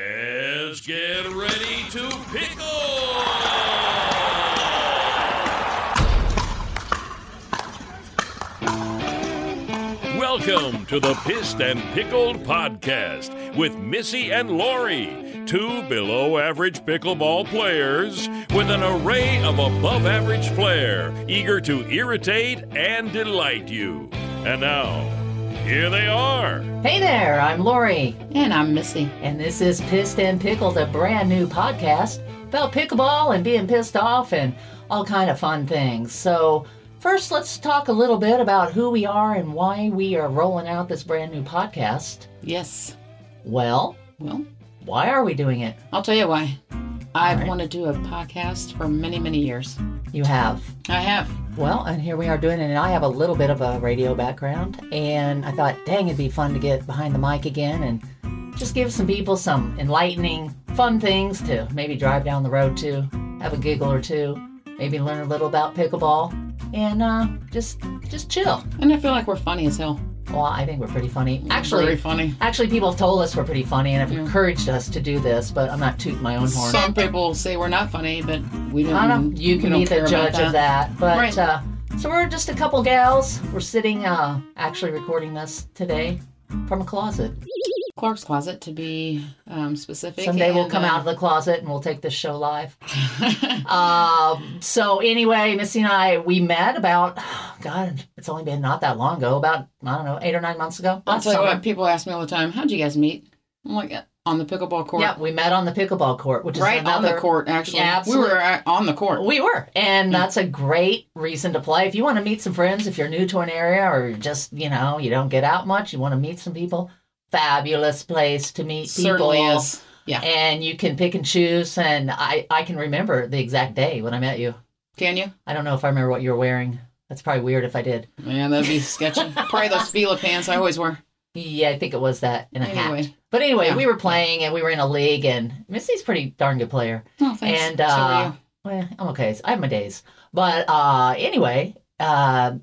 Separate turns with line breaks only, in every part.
Let's get ready to pickle! Welcome to the Pissed and Pickled podcast with Missy and Lori, two below average pickleball players with an array of above average flair, eager to irritate and delight you. And now, here they are.
Hey there, I'm Lori,
And I'm Missy.
and this is Pissed and Pickled, a brand new podcast about pickleball and being pissed off and all kind of fun things. So, first, let's talk a little bit about who we are and why we are rolling out this brand new podcast.
Yes.
Well,
Well,
why are we doing it?
I'll tell you why. I've wanted to do a podcast for many, many years.
You have.
I have.
Well, and here we are doing it, and I have a little bit of a radio background, and I thought, dang, it'd be fun to get behind the mic again and just give some people some enlightening, fun things to maybe drive down the road to, have a giggle or two, maybe learn a little about pickleball, and uh, just just chill.
And I feel like we're funny as hell.
Well, I think we're pretty funny. Actually,
Very funny.
actually, people have told us we're pretty funny and have encouraged us to do this, but I'm not tooting my own horn.
Some people say we're not funny, but we don't.
I don't know. You
Mm-hmm. we
can
don't
be
care
the
about
judge of that. But
Right.
uh, so we're just a couple gals. We're sitting, uh, actually recording this today from a closet.
Clark's closet, to be um, specific.
Someday we'll
And,
come
uh,
out of the closet and we'll take this show live. um, so anyway, Missy and I we met about God, it's only been not that long ago, about I don't know, eight or nine months ago.
I'll
last
tell you
summer.
what. People ask me all the time, "How'd you guys meet?" I'm like, "Uh, on the pickleball court.
Yeah, we met on the pickleball court, which
right
is another
on the court. Actually,
Yeah,
we
absolutely.
were uh, on the court.
We were, and that's a great reason to play. If you want to meet some friends, if you're new to an area or just you know you don't get out much, you want to meet some people. Fabulous place to meet people.
Certainly is. Yeah.
And you can pick and choose. And I I can remember the exact day when I met you.
Can you?
I don't know if I remember what you were wearing. That's probably weird if I did.
Yeah, that'd be sketchy. Probably those Fila pants I always wear.
Yeah, I think it was that in a hat.
Anyway.
But anyway,
Yeah.
we were playing and we were in a league, and Missy's a pretty darn good player.
Oh, thanks.
And
So are
uh,
you.
well, I'm okay. I have my days, but uh, anyway, uh,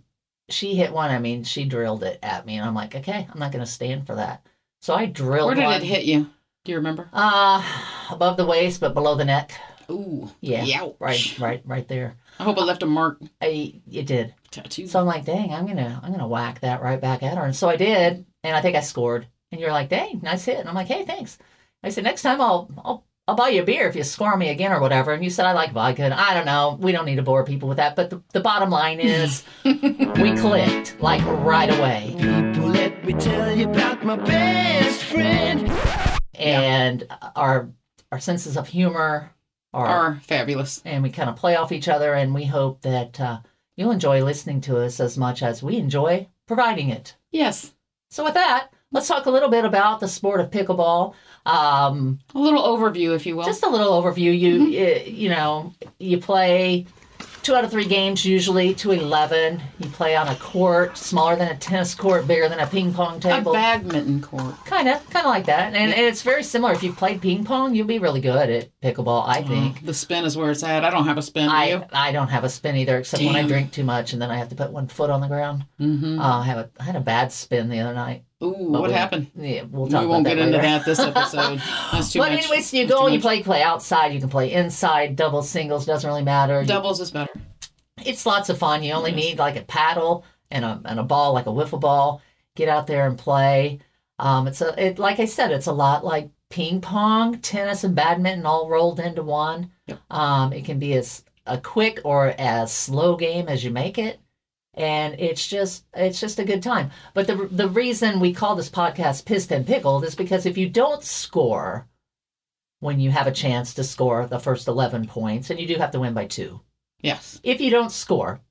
she hit one. I mean, she drilled it at me, and I'm like, okay, I'm not going to stand for that. So I drilled
Where did
one.
it hit you? Do you remember?
Uh, above the waist, but below the neck.
Ooh.
Yeah,
Youch.
right, right, right there.
I hope it left a mark
I it did.
tattoo.
So I'm like, dang, I'm gonna I'm gonna whack that right back at her. And so I did, and I think I scored. And you're like, dang, nice hit. And I'm like, hey, thanks. I said, next time I'll I'll I'll buy you a beer if you score me again or whatever. And you said I like vodka. And I don't know. We don't need to bore people with that. But the, the bottom line is we clicked like right away.
Well, let me tell you about my best friend.
And our our senses of humor are
are fabulous.
and we kind of play off each other and we hope that uh, you'll enjoy listening to us as much as we enjoy providing it.
Yes.
So with that, let's talk a little bit about the sport of pickleball. Um,
A little overview, if you will.
just a little overview. You y- you, know you play two out of three games usually to eleven. You play on a court smaller than a tennis court, bigger than a ping pong
a
table.
badminton court.
Kind of, kind of like that, and, and it's very similar. If you've played ping pong, you'll be really good at pickleball. I think.
The spin is where it's at. I don't have a spin. do you?
I, I don't have a spin either, except when I
Damn.
drink too much, and then I have to put one foot on the ground.
Mhm.
Uh, I have a I had a bad spin the other night.
Ooh, what
we-
happened?
Yeah, we'll talk
We won't
about
get
that
into
later.
that this episode. That's too
but
much.
anyway, so you
That's
go
too
and you
much.
play play outside. You can play inside, doubles, singles, doesn't really matter. You-
Doubles is better.
It's lots of fun. You only need like a paddle and a and a ball, like a wiffle ball. Get out there and play. Um, it's a it like I said, it's a lot like ping pong, tennis, and badminton all rolled into one.
Yep.
Um, it can be as a quick or as slow game as you make it and it's just it's just a good time. But the the reason we call this podcast "Pissed and Pickled" is because if you don't score when you have a chance to score the first eleven points, and you do have to win by two,
Yes.
if you don't score,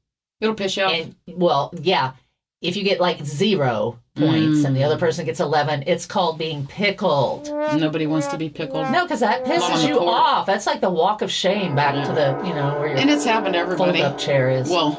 It'll piss you off.
and well, yeah, if you get like zero points and the
Mm.
other person gets eleven, it's called being pickled.
Nobody wants to be pickled.
No, because that
On
pisses
the
you
court.
off. That's like the walk of shame back to the you know where
And
your
it's happened to
fold
everybody.
up chair is.
Well,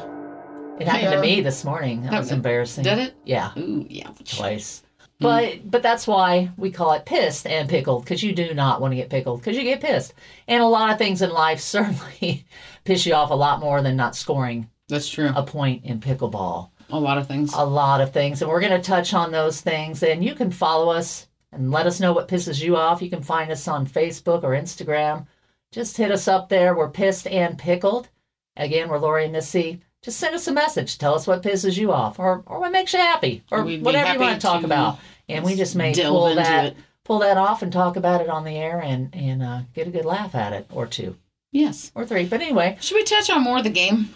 it happened to
yeah.
me this morning. That
That-
was embarrassing.
did it? Mm.
Yeah.
ooh, yeah.
place. But but that's why we call it pissed and pickled because you do not want to get pickled because you get pissed, and a lot of things in life certainly piss you off a lot more than not scoring
That's true.
a point in pickleball.
A lot of things.
A lot of things, and we're going to touch on those things. And you can follow us and let us know what pisses you off. You can find us on Facebook or Instagram. Just hit us up there. We're pissed and pickled. Again, we're Lori and Missy. Just send us a message. Tell us what pisses you off or, or what makes you happy or
We'd be
whatever you
happy
want to talk
to
about. And we just may
delve
pull
into
that
it.
pull that off and talk about it on the air and, and uh, get a good laugh at it or two
Yes.
or three. But anyway,
Should we touch on more of the game?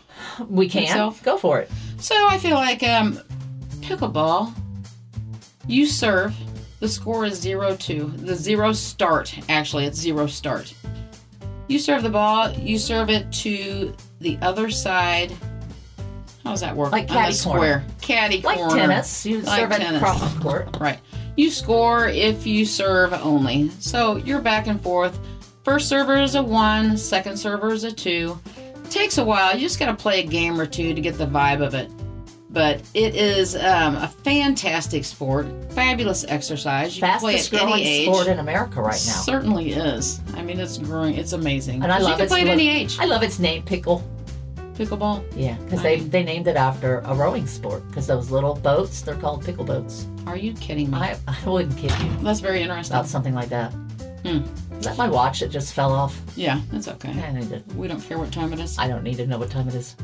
we can.
Myself.
Go for it.
So I feel like um, pickleball, you serve. The score is 0 2. The zero start, actually, it's zero start. You serve the ball, you serve it to the other side. How does that work?
Like
On the
caddy corner.
square. Caddy
Like
corner.
tennis, you
Like
serve it
tennis.
across the court.
Right. You score if you serve only. So you're back and forth. First server is a one, second server is a two. Takes a while. You just got to play a game or two to get the vibe of it. But it is um, a fantastic sport, fabulous exercise. You can play
Fastest
at any
growing
age.
sport in America right now.
Certainly is. I mean, it's growing. It's amazing.
And I love
you can
its
play at
li-
any age.
I love its name, pickle.
Pickleball.
Yeah, because
I
they,
mean-
they named it after a rowing sport. Because those little boats, they're called pickle boats.
Are you kidding me?
I I wouldn't kid you
That's very interesting.
about something like that.
Hmm.
Is that my watch that just fell off?
yeah, that's okay.
I, need to,
We don't care what time it is.
I don't need to know what time it is.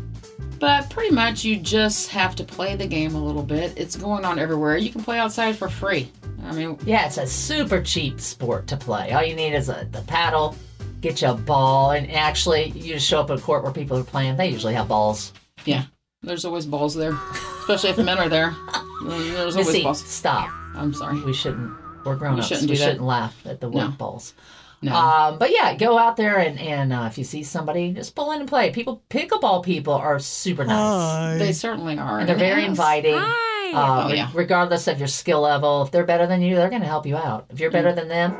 But pretty much, you just have to play the game a little bit. It's going on everywhere. You can play outside for free. I mean,
Yeah, it's a super cheap sport to play. All you need is a the paddle, get you a ball, and actually, you just show up at a court where people are playing. They usually have balls.
yeah, there's always balls there, especially if men are there. There's always
Missy,
balls.
stop.
I'm sorry.
We shouldn't. We're grown ups. We
shouldn't
shouldn't,
do that.
laugh at the word balls.
No.
Um, but yeah, go out there and, and uh, if you see somebody, just pull in and play. People, pickleball people are super nice.
they certainly are.
And they're very
Yes.
inviting. Um,
Oh, yeah.
Regardless of your skill level, if they're better than you, they're going to help you out.
Mm.
If you're better than them,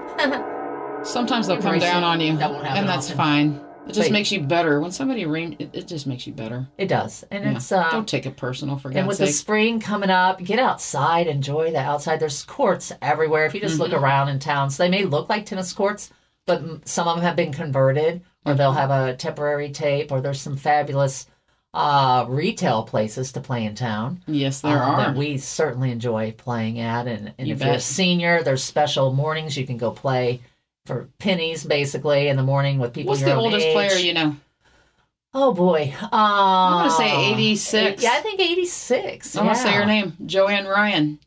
Sometimes they'll come
Embrace
down
it.
on you,
That won't happen
and that's
often.
fine. It just
But-
makes you better. When somebody ream, it, it just makes you better.
it does. And
Yeah.
it's uh,
Don't take it personal, for
and
God's
with
sake.
the spring coming up, get outside, enjoy the outside. There's courts everywhere. If you just
Mm-hmm.
look around in town, so they may look like tennis courts, but m- some of them have been converted, or they'll have
Mm-hmm.
a temporary tape, or there's some fabulous uh, retail places to play in town.
yes, there
um,
are.
that we certainly enjoy playing at. And, and
You
if you're a
bet.
senior, there's special mornings you can go play for pennies, basically, in the morning with people.
What's
your
the
own
oldest
age.
player you know?
Oh boy, uh, I'm
gonna say 86.
Yeah, I think 86.
I want to say
yeah.
her name, Joanne Ryan.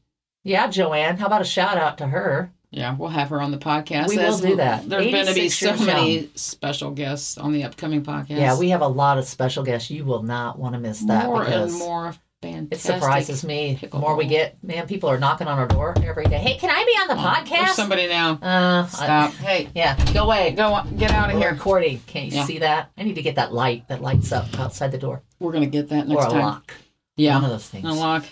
Yeah, Joanne. How about a shout out to her?
Yeah, we'll have her on the podcast.
We will
As-
do that.
There's going to be
86
so
years
many special guests on the upcoming podcast.
Yeah, we have a lot of special guests. You will not want to miss that
more
because
and more
it
fantastic.
surprises me. The more we
pickleball.
get, man, people are knocking on our door every day. Hey, can I be on the
Oh, There's
podcast?
somebody now.
uh,
Stop.
I,
hey,
yeah, go away.
go on, get out of
We're
here.
recording. Can't you
Yeah.
see that? I need to get that light that lights up outside the door
We're going to get that
or
next
a
time.
lock. One of
Yeah,
those things.
unlock.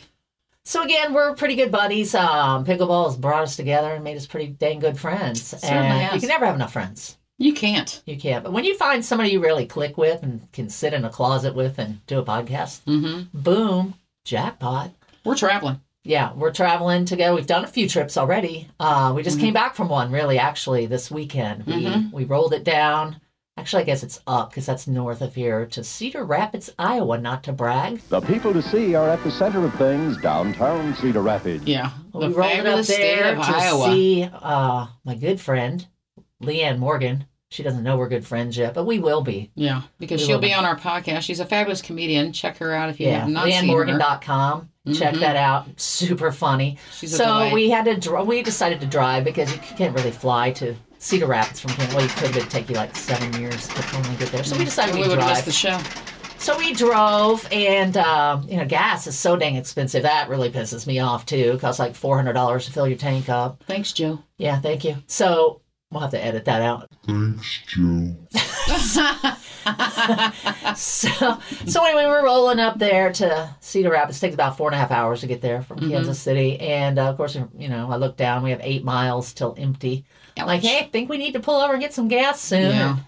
So again, we're pretty good buddies. Um, pickleball has brought us together and made us pretty dang good friends. and
has.
you can never have enough friends.
You can't.
You can't. But when you find somebody you really click with and can sit in a closet with and do a podcast,
hmm
boom, jackpot.
We're traveling.
Yeah, we're traveling together. We've done a few trips already. Uh, we
Mm-hmm.
just came back from one, really, actually, this weekend. We,
Mhm.
we rolled it down. Actually, I guess it's up because that's north of here to Cedar Rapids, Iowa, not to brag.
The people to see are at the center of things downtown Cedar Rapids.
Yeah,
we
the
rolled it up
fabulous state
there
of
to
Iowa.
see uh, my good friend, Leanne Morgan. She doesn't know we're good friends yet, but we will be.
yeah, because
We
she'll
will
be
be.
on our podcast. She's a fabulous comedian. Check her out if you
Yeah,
have not seen her.
LeanneMorgan.com. Check
Mhm.
that out. Super funny.
She's a
So
delight.
we had to. Dr- we decided to drive because you can't really fly to Cedar Rapids from Kent. Well, you could, but it'd take you like seven years to finally get there. So we decided
Mm. we
we'd
would miss
drive.
the show.
so we drove, and um, you know, gas is so dang expensive. That really pisses me off too. Costs like four hundred dollars to fill your tank up.
Thanks, Joe.
Yeah, thank you. So we'll have to edit that out. So, so anyway, we're rolling up there to Cedar Rapids. It takes about four and a half hours to get there from
Mm-hmm.
Kansas City, and uh, of course, you know, I look down. We have eight miles till empty. I'm like,
Ouch.
hey, I think we need to pull over and get some gas soon.
Yeah.
And,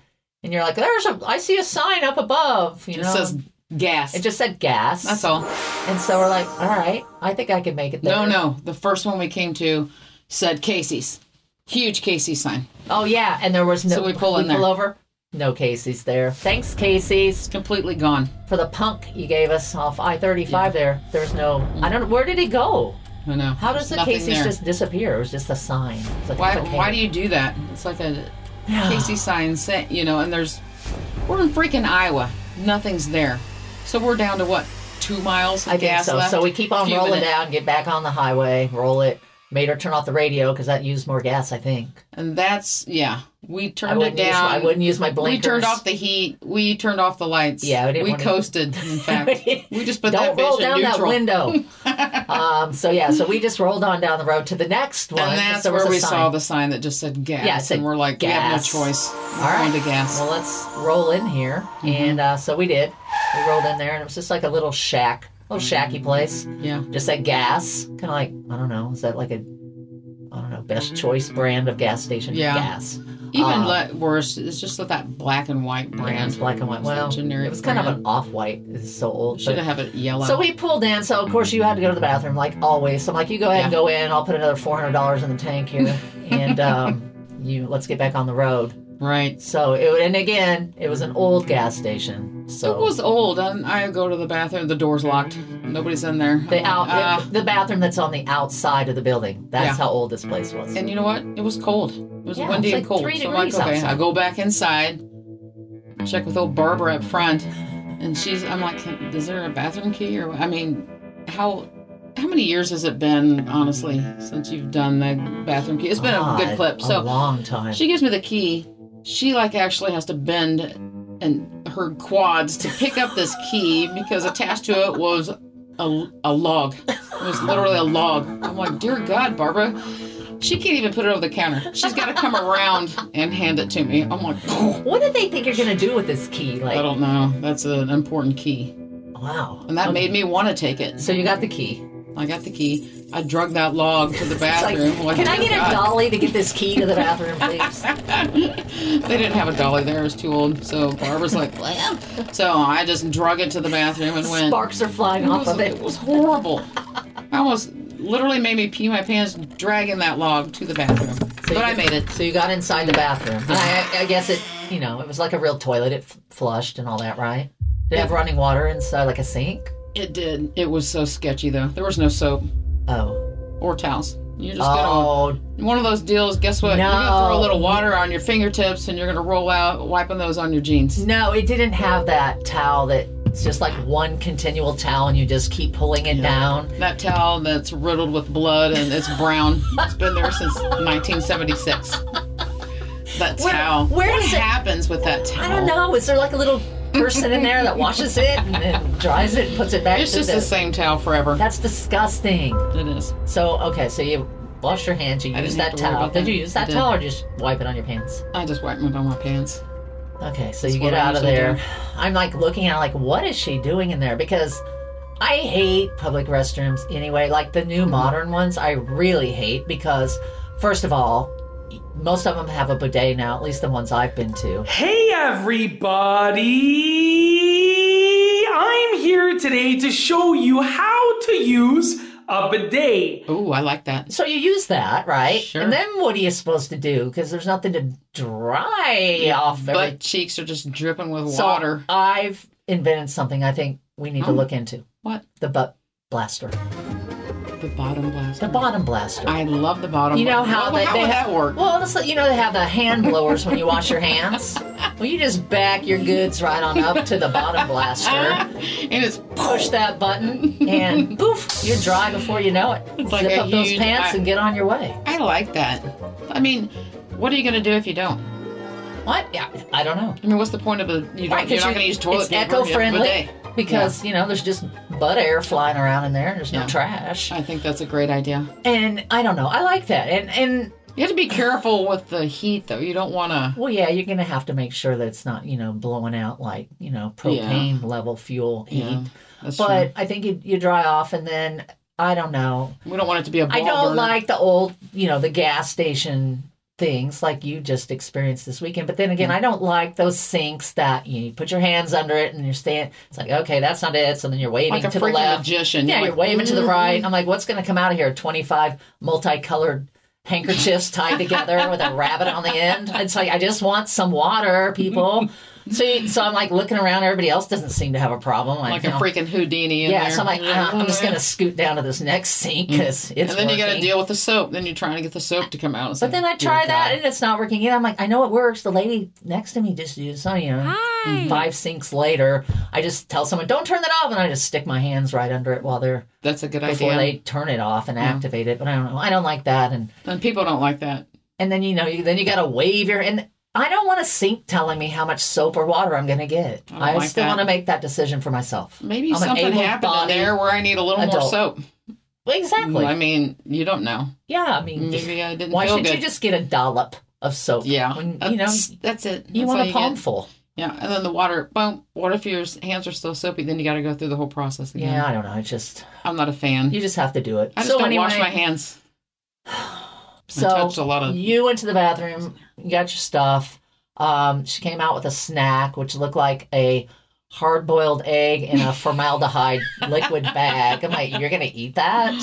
and you're like, there's a, I see a sign up above. You
It
know,
says gas.
it just said gas.
That's all.
And so we're like, all right, I think I can make it there.
No, no. The first one we came to said Casey's. Huge Casey's sign.
Oh yeah, and there was no.
So we pull in there.
Pull over. No Casey's there. Thanks, Casey's,
Completely gone.
for the punk you gave us off I-35. There, there's no. I don't. Where did he go?
I know.
How does
There's
the
nothing
Casey's
there.
just disappear? It was just a sign. It's like,
Why?
it's okay.
Why do you do that? It's like a
Yeah.
Casey sign, sa- you know. And there's we're in freaking Iowa. Nothing's there, so we're down to what two miles of
I think
gas
so.
left.
So we keep on
Few
rolling
minutes.
down, get back on the highway, roll it. Made her turn off the radio because that used more gas, I think.
and that's yeah. We
I
turned it
wouldn't, use
down.
my, I wouldn't use my blinkers.
We turned off the heat. We turned off the lights.
Yeah, we
we,
didn't wanna-
coasted. In fact, we just put
Don't
that
roll
bitch
down
in
that
neutral.
window. um, so yeah, so we just rolled on down the road to the next one.
And
'cause
that's
there was
where
a
we
sign.
saw the sign that just said gas.
Yeah, it said
and we're like, we have no
gas.
choice. We're
All right.
going to gas. Mm-hmm.
Well, let's roll in here, and uh, so we did. We rolled in there, and it was just like a little shack, little
Mm-hmm.
shacky place.
yeah.
Just like gas, kind of like I don't know, is that like a, I don't know, best choice brand of gas station
Yeah.
gas?
Even
Uh,
le- worse, it's just like that black and white
Yeah,
brand.
it's black and white.
It's a
Well,
generic
it was kind of
brand.
an off-white. It's so old.
Should
but-
have it yellow.
So we pulled in. So of course you had to go to the bathroom, like always. So I'm like, you go ahead and
Yeah.
go in. I'll put another four hundred dollars in the tank here, and um, you let's get back on the road.
right.
So it, and again, it was an old gas station. So
It was old. And I go to the bathroom. The door's locked. Nobody's in there.
the out
Uh,
the bathroom that's on the outside of the building. That's
Yeah.
how old this place was.
and you know what? It was cold. It was
Yeah, it
windy
was
and
like
cold.
three
so I'm like,
degrees
okay,
outside.
I go back inside. Check with old Barbara up front, and she's. I'm like, is there a bathroom key? Or I mean, how how many years has it been, honestly, since you've done the bathroom key? It's been a good
God,
clip.
a
So
long time.
She gives me the key. She like actually has to bend and her quads to pick up this key because attached to it was a, a log. It was literally a log. I'm like, dear God, Barbara. She can't even put it over the counter. She's got to come around and hand it to me. I'm like, I
what did they think you're gonna do with this key? Like,
don't know. That's an important key.
wow.
And that
Okay.
made me want to take it.
So you got the key.
I got the key. I drug that log to the
It's like,
bathroom. I'm like,
can I
"Dear
get a
God."
dolly to get this key to the bathroom, please?
They didn't have a dolly there. It was too old. So Barbara's like, well. So I just drug it to the bathroom and went.
Sparks are flying
It
off
was,
of
it was horrible. I almost literally made me pee my pants dragging that log to the bathroom.
So
but
you-
I made it.
So you got inside the bathroom. And I, I guess it, you know, it was like a real toilet. It f- flushed and all that, right? Did it have running water inside, like a sink?
It did. It was so sketchy though. There was no soap
Oh.
or towels. You just got
Oh,
on one of those deals. Guess what? You're
No.
gonna throw a little water on your fingertips and you're gonna roll out wiping those on your jeans.
no, it didn't have that towel that it's just like one continual towel and you just keep pulling it down.
That towel that's riddled with blood and it's brown. it's been there since 1976. That
Where-
towel.
where
what
does it-
happens with that towel?
I don't know. Is there like a little person in there that washes it and then dries it and puts it back
It's
to
just
the-
the same towel forever.
That's disgusting.
it is.
So, okay, so you wash your hands, you
I
use
didn't
that
have to worry
towel.
about
Did
that.
you use
I
that
did.
towel or just wipe it on your pants?
I just wiped it on my pants.
Okay, so
That's
you
what
get
I
out of
usually
there.
do.
I'm like looking at it, like what is she doing in there? Because I hate public restrooms anyway. Like the
Mm-hmm.
new modern ones, I really hate because first of all, most of them have a bidet now. At least the ones I've been to.
Hey everybody! I'm here today to show you how to use a bidet.
Ooh, I like that.
So you use that, right?
Sure.
And then what are you supposed to do? Because there's nothing to dry off. every-
Butt cheeks are just dripping with
So
water.
I've invented something I think we need to
Oh.
look into
What?
the butt blaster,
The bottom blast.
the bottom blaster.
I love the bottom.
You know
blast.
how
Well,
they,
how
they
would
have,
that work?
Well, it's like- you know they have the hand blowers when you wash your hands. Well, you just back your goods right on up to the bottom blaster,
and it's
push that button, and poof, you're dry before you know it.
like
Zip
a
up those
huge-
pants
I-
and get on your way.
I like that. I mean, what are you gonna do if you don't?
What? Yeah, I don't know.
I mean, what's the point of a you don't,
Right,
you're
'cause
not gonna use toilet
It's
paper? if you have a
eco-friendly
bidet.
because you know there's just butt air flying around in there. And there's no
Yeah.
trash,
I think that's a great idea.
and I don't know. I like that, and and
You have to be careful with the heat, though. You don't want to.
Well, yeah, you're going to have to make sure that it's not, you know, blowing out like, you know, propane level fuel heat.
Yeah, that's
but I think you, you dry off and then I don't know.
true. We don't want it to be a ball
I don't
burner.
like the old, you know, the gas station things like you just experienced this weekend. But then again, I don't like those sinks that you put your hands under it and you're standing. It's like, okay, that's not it. So then you're waving
like a
to the
freaking
left.
magician.
Yeah,
like,
you're waving to the right. I'm like, what's going to come out of here? 25 multicolored handkerchiefs tied together with a rabbit on the end. It's like, I just want some water, people. So, you, so I'm like looking around. Everybody else doesn't seem to have a problem. Like,
like
you
a
know,
freaking Houdini in
Yeah.
there. Mm.
So I'm like, uh, I'm just gonna scoot down to this next sink because it's.
And then you got to
working.
deal with the soap. Then you're trying to get the soap to come out. It's
But
like,
then I
dear
try that
God.
and it's not working. Yeah, I'm like, I know it works. The lady next to me just used something. You know, five sinks later, I just tell someone, "Don't turn that off," and I just stick my hands right under it while they're
That's a good
before
idea.
they turn it off and
Mm.
activate it. But I don't know. I don't like that. And
And people don't like that.
and then you know, you, then you got to wave your and. I don't want a sink telling me how much soap or water I'm going to get.
don't
I,
like
still
that.
want to make that decision for myself.
Maybe
I'm an
something happened in
able-bodied-
there Mm, where I need a little more
adult.
soap.
Exactly.
I mean, you don't know.
yeah. I mean,
Maybe I didn't
why
feel
should
good.
you just get a dollop of soap?
yeah.
When, you know,
That's- that's it.
you
That's all
want a
get.
palmful.
Yeah, and then the water. Boom. What if your hands are still soapy? Then you got to go through the whole process again.
Yeah, I don't know. It's just
I'm not a fan.
you just have to do it.
I just
so
don't
anyway,
wash my hands.
so
touched a lot of-
you went to the bathroom, you got your stuff. Um, she came out with a snack which looked like a hard-boiled egg in a formaldehyde liquid bag. I'm like, you're gonna eat that?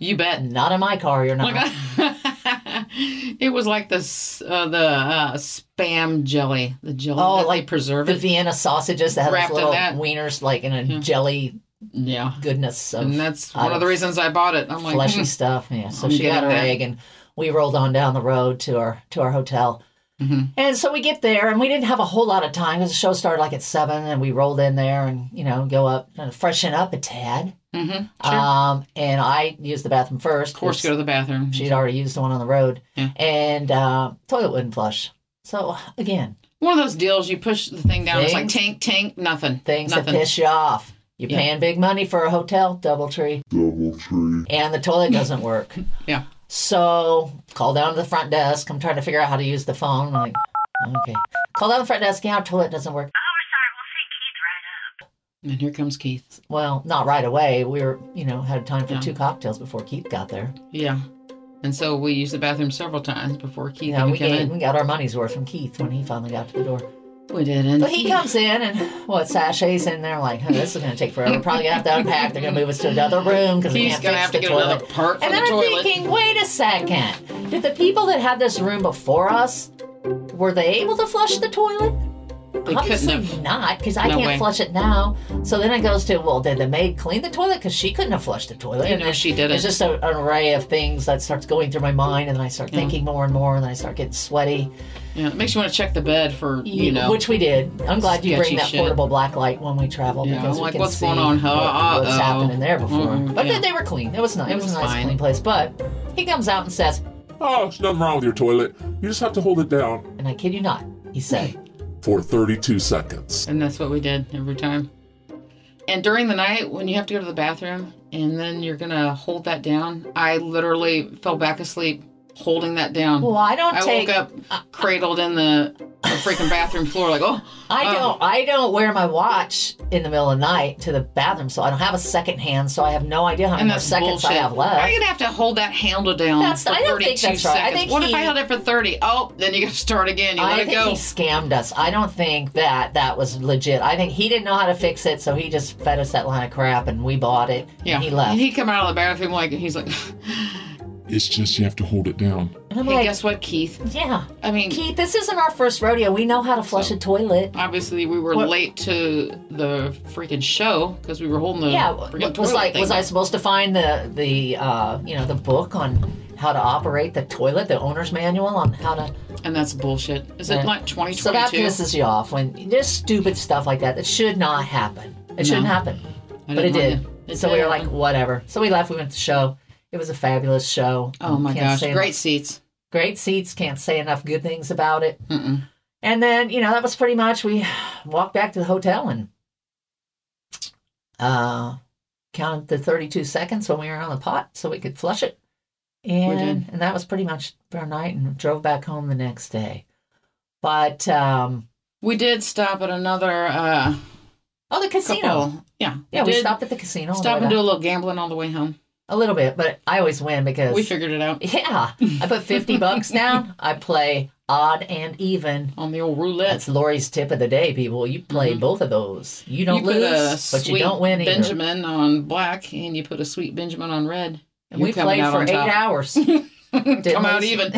You bet.
Not in my car. You're
Look,
not.
it was like the s- uh, the uh, spam jelly, the jelly.
Oh,
that they
like
preserve
The
it.
Vienna sausages that have
Wrapped
those
in
little
that.
wieners, like in a jelly
yeah,
goodness of
and that's
I
one of
don't-
the reasons I bought it. I'm like,
fleshy
"Hmm,
stuff. Yeah. So
I'm
she got
getting
her
that.
egg, and we rolled on down the road to our to our hotel.
Mhm.
And so we get there, and we didn't have a whole lot of time because the show started like at seven, and we rolled in there and you know go up and freshen up a tad.
mhm, sure.
Um, and I used the bathroom first.
of course, go
because
to the bathroom.
She'd already used the one on the road,
Yeah.
and uh, toilet wouldn't flush. So again,
One of those deals, you push the thing down. It's like
Things-
tank, tank, nothing,
things
nothing.
that piss you off. You're
Yeah.
paying big money for a hotel, DoubleTree. DoubleTree. And the toilet doesn't work.
Yeah.
So call down to the front desk. I'm trying to figure out how to use the phone. I'm like, okay. Call down the front desk. Yeah, our toilet doesn't work.
And here comes Keith.
Well, not right away. We were, you know, had time for
Yeah.
two cocktails before Keith got there.
Yeah, and so we used the bathroom several times before Keith
Yeah,
even
we
came
gave,
in.
we got our money's worth from Keith when he finally got to the door.
We did, and
But he comes in and what sachets in there? Like, huh, this is going to take forever. Probably gonna have to unpack. They're gonna move us to another room because we
Keith's
can't
gonna
fix
have to
the
get
toilet.
another part for
And
the
then I'm
toilet.
thinking, wait a second. Did the people that had this room before us, were they able to flush the toilet?
They couldn't
Obviously
have.
not, because I
No
can't
way.
flush it now. So then it goes to, well, did the maid clean the toilet? Because she couldn't have flushed the toilet.
You
And
know
then
she didn't.
There's just a, an array of things that starts going through my mind, and then I start thinking more and more, and then I start getting sweaty.
Yeah, it makes you want to check the bed for you,
You-
know.
which we did. I'm glad you
sketchy
bring that
shit.
portable black light when we travel
Yeah,
because we
like,
can
what's
see
going on, huh?
what- what's
Uh-oh.
happening there before.
Mm,
but
yeah.
they- they were clean. It was nice. It, was,
was
a nice,
fine.
clean place. But he comes out and says,
Oh, there's nothing wrong with your toilet. You just have to hold it down
and I kid you not, he said,
for 32 seconds.
And that's what we did every time. And during the night, when you have to go to the bathroom and then you're going to hold that down, I literally fell back asleep holding that down.
"Well, I don't
I
take.
woke up cradled in the, the freaking bathroom floor, like, oh,
I don't. I don't wear my watch in the middle of the night to the bathroom, so I don't have a second hand. So I have no idea how many
and
more
that's
seconds
bullshit.
I have left.
Why are you going to have to hold that handle down
That's-
for
I don't
32
think that's right. I
seconds?
think
what if
he-
I held it for 30? Oh, then you got to start again. You let
I
it
think
go.
he scammed us. I don't think that that was legit. I think he didn't know how to fix it, so he just fed us that line of crap, and we bought it.
Yeah.
and he left.
And he come out of the bathroom like, he's like,
It's just you have to hold it down.
And I'm
hey,
like,
guess what, Keith?
yeah,
I mean,
Keith, this isn't our first rodeo. We know how to flush a toilet.
Obviously, we were
What-
late to the freaking show because we were holding the
Yeah,
freaking
w-
toilet
was like,
thing.
was I supposed to find the the uh, you know the book on how to operate the toilet, the owner's manual on how to?
and that's bullshit. Is it
Yeah.
like twenty
So that
twenty two?
pisses you off when there's stupid stuff like that that should not happen. It shouldn't happen, but it did. so we were like, whatever. So we left. We went to the show. It was a fabulous show.
oh my
Can't
gosh,
say
great
enough-
seats.
great seats. Can't say enough good things about it.
Mm-mm.
And then, you know, that was pretty much we walked back to the hotel and uh counted the 32 seconds when we were on the pot so we could flush it. And and that was pretty much our night and drove back home the next day. But um
We did stop at another uh,
oh the casino.
couple. Yeah,
Yeah, we
did
stopped at the casino. on the
Stop
way
and do a
back.
little gambling on the way home.
a little bit, but I always win because
We figured it out
yeah, I put 50 bucks down. I play odd and even.
on the old roulette.
That's Lori's tip of the day, people. You play both of those. You don't
Mm-hmm. you put a
lose, but
sweet
you don't win either.
Benjamin on black, and you put a sweet Benjamin on red.
And
You
we
coming
played
out
for
on
eight
top.
hours. Didn't
Come out
we?
even.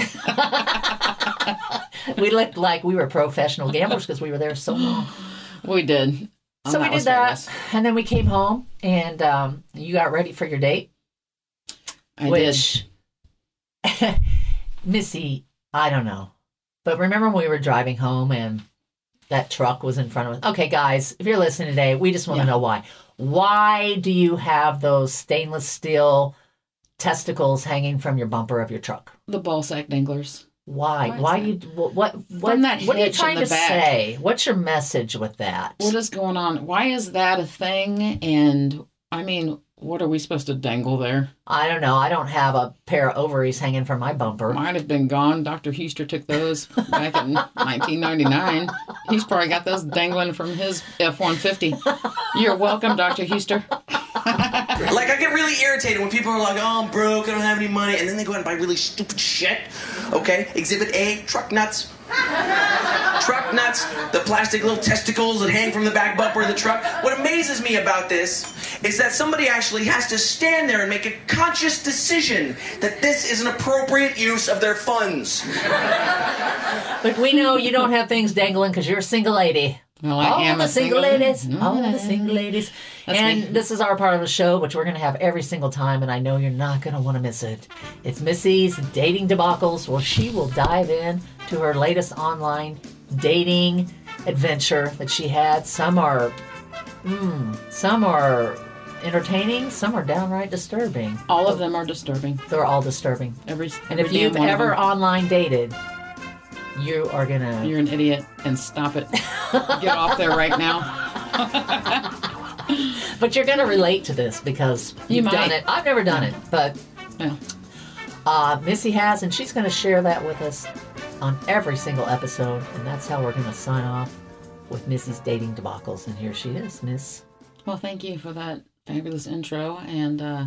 We looked like we were professional gamblers because we were there so long.
we did. Oh,
so we
was
did that,
fabulous.
and then we came home, and um, you got ready for your date,
I did.
which Missy, I don't know, but remember when we were driving home and that truck was in front of us? Okay, guys, if you're listening today, we just want to
Yeah.
know why. Why do you have those stainless steel testicles hanging from your bumper of your truck?
The ball sack danglers.
Why?
Why
Why,
is that?
you? What? What? What,
From that
what are you
hitch in
trying
the
to
back.
say? What's your message with that?
What is going on? Why is that a thing? And I mean, what are we supposed to dangle there?
I don't know. I don't have a pair of ovaries hanging from my bumper.
Might have been gone. Dr. Heister took those back in 1999. He's probably got those dangling from his F 150. You're welcome, Dr. Heister.
Like I get really irritated when people are like, "Oh, I'm broke. I don't have any money," and then they go out and buy really stupid shit. Okay, Exhibit A: truck nuts. truck nuts. The plastic little testicles that hang from the back bumper of the truck. What amazes me about this is that somebody actually has to stand there and make a conscious decision that this is an appropriate use of their funds.
But we know you don't have things dangling because you're a single lady.
Well, I
all
am
the
a
single,
single- Mm-hmm.
ladies. All the single ladies.
That's
and
me.
this is our part of the show, which we're going to have every single time, and I know you're not going to want to miss it. It's Missy's Dating Debacles. Well, she will dive in to her latest online dating adventure that she had. Some are, mm, some are entertaining, some are downright disturbing.
All of them are disturbing.
They're all disturbing.
Every,
And
Oh. every
if
damn
you've
one of
ever
them.
online dated, you are gonna
You're an idiot and stop it. Get off there right now.
But you're going to relate to this because
You
you've done
might.
it. I've never done it, but
Yeah.
uh, Missy has, and she's going to share that with us on every single episode. And that's how we're going to sign off with Missy's dating debacles. And here she is, Miss.
Well, thank you for that fabulous intro. And uh,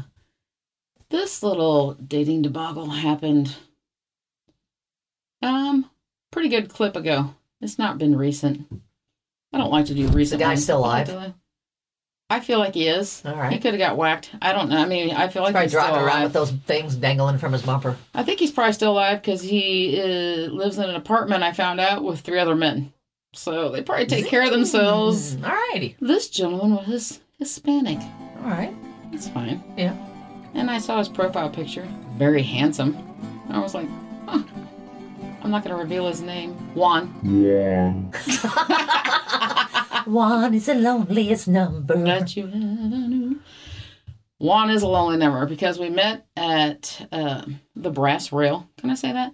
this little dating debacle happened um pretty good clip ago. It's not been recent. I don't like to do recent.
the guy
ones.
still
I like
alive?
to- I feel like he is.
All right.
He could have got whacked. I don't know. I mean, I feel like
Probably
he's still
driving around
alive.
with those things dangling from his bumper.
I think he's probably still alive because he uh, lives in an apartment. I found out with three other men, so they probably take care of themselves.
All righty.
This gentleman was Hispanic.
All right.
That's fine.
Yeah.
And I saw his profile picture. Very handsome. And I was like, huh. I'm not going to reveal his name. Juan.
One is the loneliest number.
That you ever knew. Juan is a lonely number because we met at uh, the Brass Rail. Can I say that?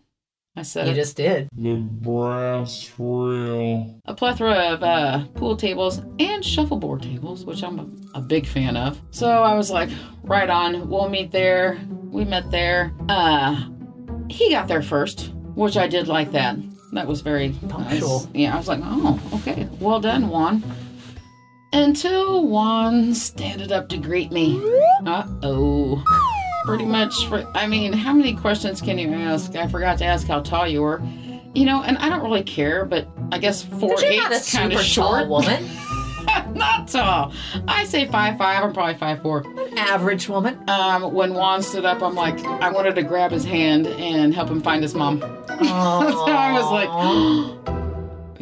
I said
You
it.
just did.
The brass rail.
a plethora of uh, pool tables and shuffleboard tables, which I'm a, a big fan of. So I was like, right on, we'll meet there. We met there. Uh, he got there first, which I did like that. That was very
Punctual.
Nice. Yeah, I was like, oh, okay, well done, Juan. Until Juan standed up to greet me. Uh oh. Pretty much, for, I mean, how many questions can you ask? I forgot to ask how tall you were. You know, and I don't really care, but I guess four
But you're not a
eight's kind
super
of short.
tall woman.
not tall. I say five five. I'm probably five four.
Average woman.
Um, when Juan stood up, I'm like, I wanted to grab his hand and help him find his mom. so I was like,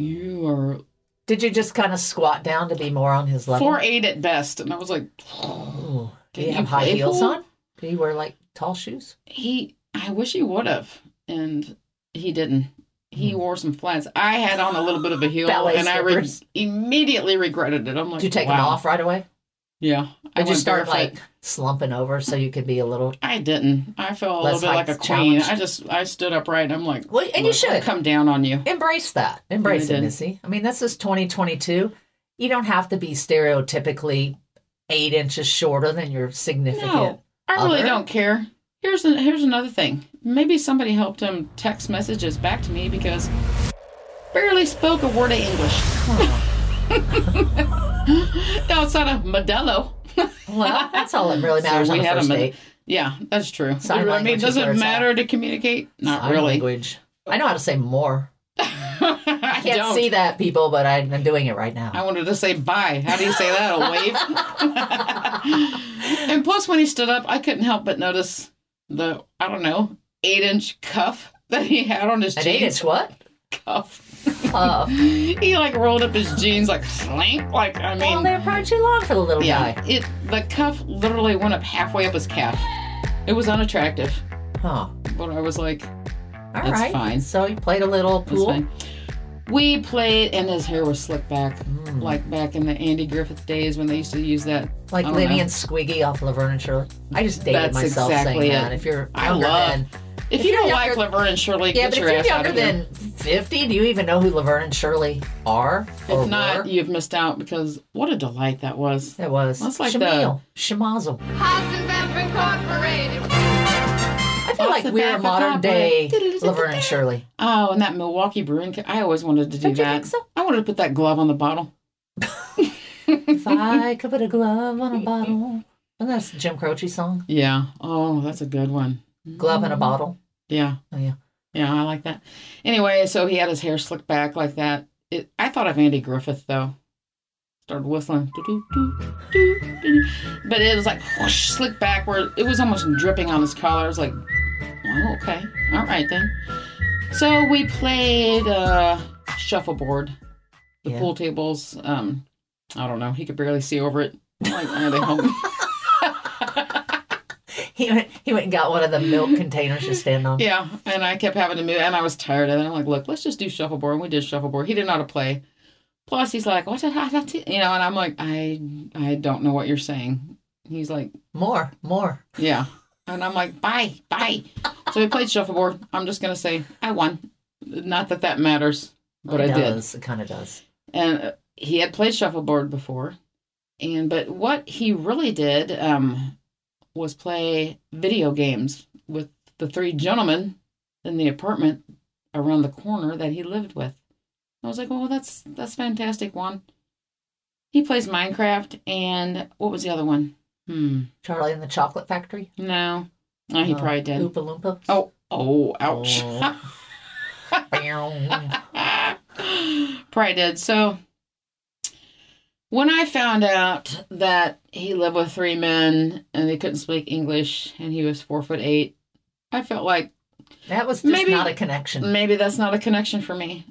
you are
Did you just kind of squat down to be more on his level?
four eight at best, and I was like,
Ooh. Do you
Can you
have high
play
heels
pool?
on? Do you wear like tall shoes?
he. I wish he would have, and he didn't. He wore some flats. I had on a little bit of a heel,
Hmm. Ballet
and I re-
slippers.
immediately regretted it. I'm like,
Did you take
wow.
them off right away?
Yeah, I
Did you
went
start
barefoot.
like slumping over so you could be a little?
I didn't. I felt a
Less
little bit like a
heights
queen.
challenged.
I just I stood upright. I'm like,
Well, and you
"Look, I'll
should
come down on you.
embrace that. Embrace
Yeah, I
it,
did.
Missy. I mean, this is 2022. You don't have to be stereotypically eight inches shorter than your significant.
No, I really
other.
don't care. Here's an, here's another thing. Maybe somebody helped him text messages back to me because barely spoke a word of English. Outside of Modelo.
Well, that's all that really matters on a first
Mod-
date.
Yeah, that's true.
Sign
You know what I mean,
language is
does
where
it
it's at.
matter to communicate? Not
Sign
really.
Language. I know how to say more.
I
I can't
don't.
see that, people, but I'm I'm doing it right now.
I wanted to say bye. How do you say that? A wave. and plus, when he stood up, I couldn't help but notice the I don't know eight inch cuff that he had on his
An eight
jeans
inch what?
cuff.
Uh,
He like rolled up his jeans like slank, like I
well,
mean,
they're probably too long for the little
yeah.
guy.
It the cuff literally went up halfway up his calf. It was unattractive,
Huh. All
but I was like,
right.
That's fine.
So he played a little
That's
pool.
fine. We played, and his hair was slicked back, like back in the Andy Griffith days when they used to use that.
Like
I don't
Lenny
know.
and Squiggy off Laverne and Shirley. I just dated
That's
myself
exactly
saying
it.
that. If you're
I
younger
love-
than
If,
If
you
you're
don't
younger-
like Laverne and Shirley,
yeah,
get
but if
your
you're
ass out
younger
of here.
than fifty, do you even know who Laverne and Shirley are? or
if not,
were?
you've missed out because what a delight that was.
it was
That's like the-
Shamil, Shemazel. I feel
Off
like
the
we're
back
modern
of
day
Opera.
Laverne and Shirley.
Oh, and that Milwaukee Brewing. Co- I always wanted to do
Don't you
that.
think so?
I wanted to put that glove on the bottle.
If I could put a glove on a bottle. And that's a Jim Croce song.
Yeah. Oh, that's a good one.
Glove in a
Mm.
bottle.
Yeah.
Oh, yeah.
Yeah, I like that. Anyway, so he had his hair slicked back like that. It, I thought of Andy Griffith though. Started whistling, Doo-doo-doo, doo-doo-doo. but it was like whoosh, slicked backward. It was almost dripping on his collar. I was like, oh, okay, all right then. So we played uh, shuffleboard, the
Yeah.
pool tables. Um, I don't know. He could barely see over it. I'm like, are they home?
He went, he went and got one of the milk containers to stand on.
Yeah, and I kept having to move, and I was tired of it. I'm like, look, let's just do shuffleboard. And we did shuffleboard. He didn't know how to play. Plus, he's like, what did I have to-" You know, and I'm like, I, I don't know what you're saying. He's like,
More, more.
yeah, and I'm like, bye, bye. So we played shuffleboard. I'm just gonna say I won. Not that that matters, but I
it
did
does. It kind of does.
and uh, he had played shuffleboard before and but what he really did um was play video games with the three gentlemen in the apartment around the corner that he lived with i was like well that's that's fantastic one he plays minecraft and what was the other one hmm
Charlie and the Chocolate Factory.
no no he
Uh,
probably did
Oompa Loompa.
oh oh ouch
Oh. Bow.
Probably did. So when I found out that he lived with three men and they couldn't speak English and he was four foot eight, I felt like
that was just
Maybe-
not a connection.
maybe that's not a connection for me.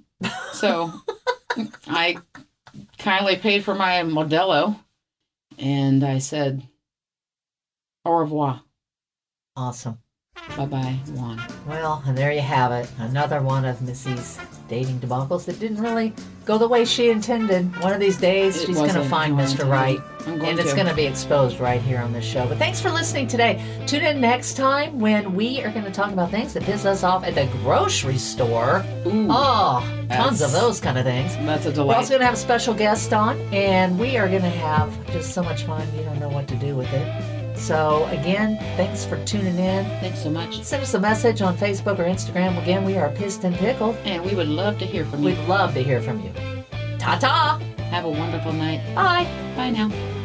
So I kindly paid for my Modelo and I said, au revoir.
Awesome.
Bye bye, Juan.
Well, and there you have it. Another one of Missy's dating debacles that didn't really go the way she intended. One of these days,
It
she's going to
wasn't
find
how I
Mr.
intended.
Right.
I'm going
And it's
to.
going to be exposed right here on this show. But thanks for listening today. Tune in next time when we are going to talk about things that piss us off at the grocery store.
Ooh,
Oh, tons of
That's-
those kind of things.
that's a
We're
delight.
also going to have a special guest on, and we are going to have just so much fun. You don't know what to do with it. So, again, thanks for tuning in.
Thanks so much.
Send us a message on Facebook or Instagram. Again, we are Pissed and Pickled.
And we would love to hear from you.
We'd love to hear from you. Ta ta!
Have a wonderful night.
Bye!
Bye now.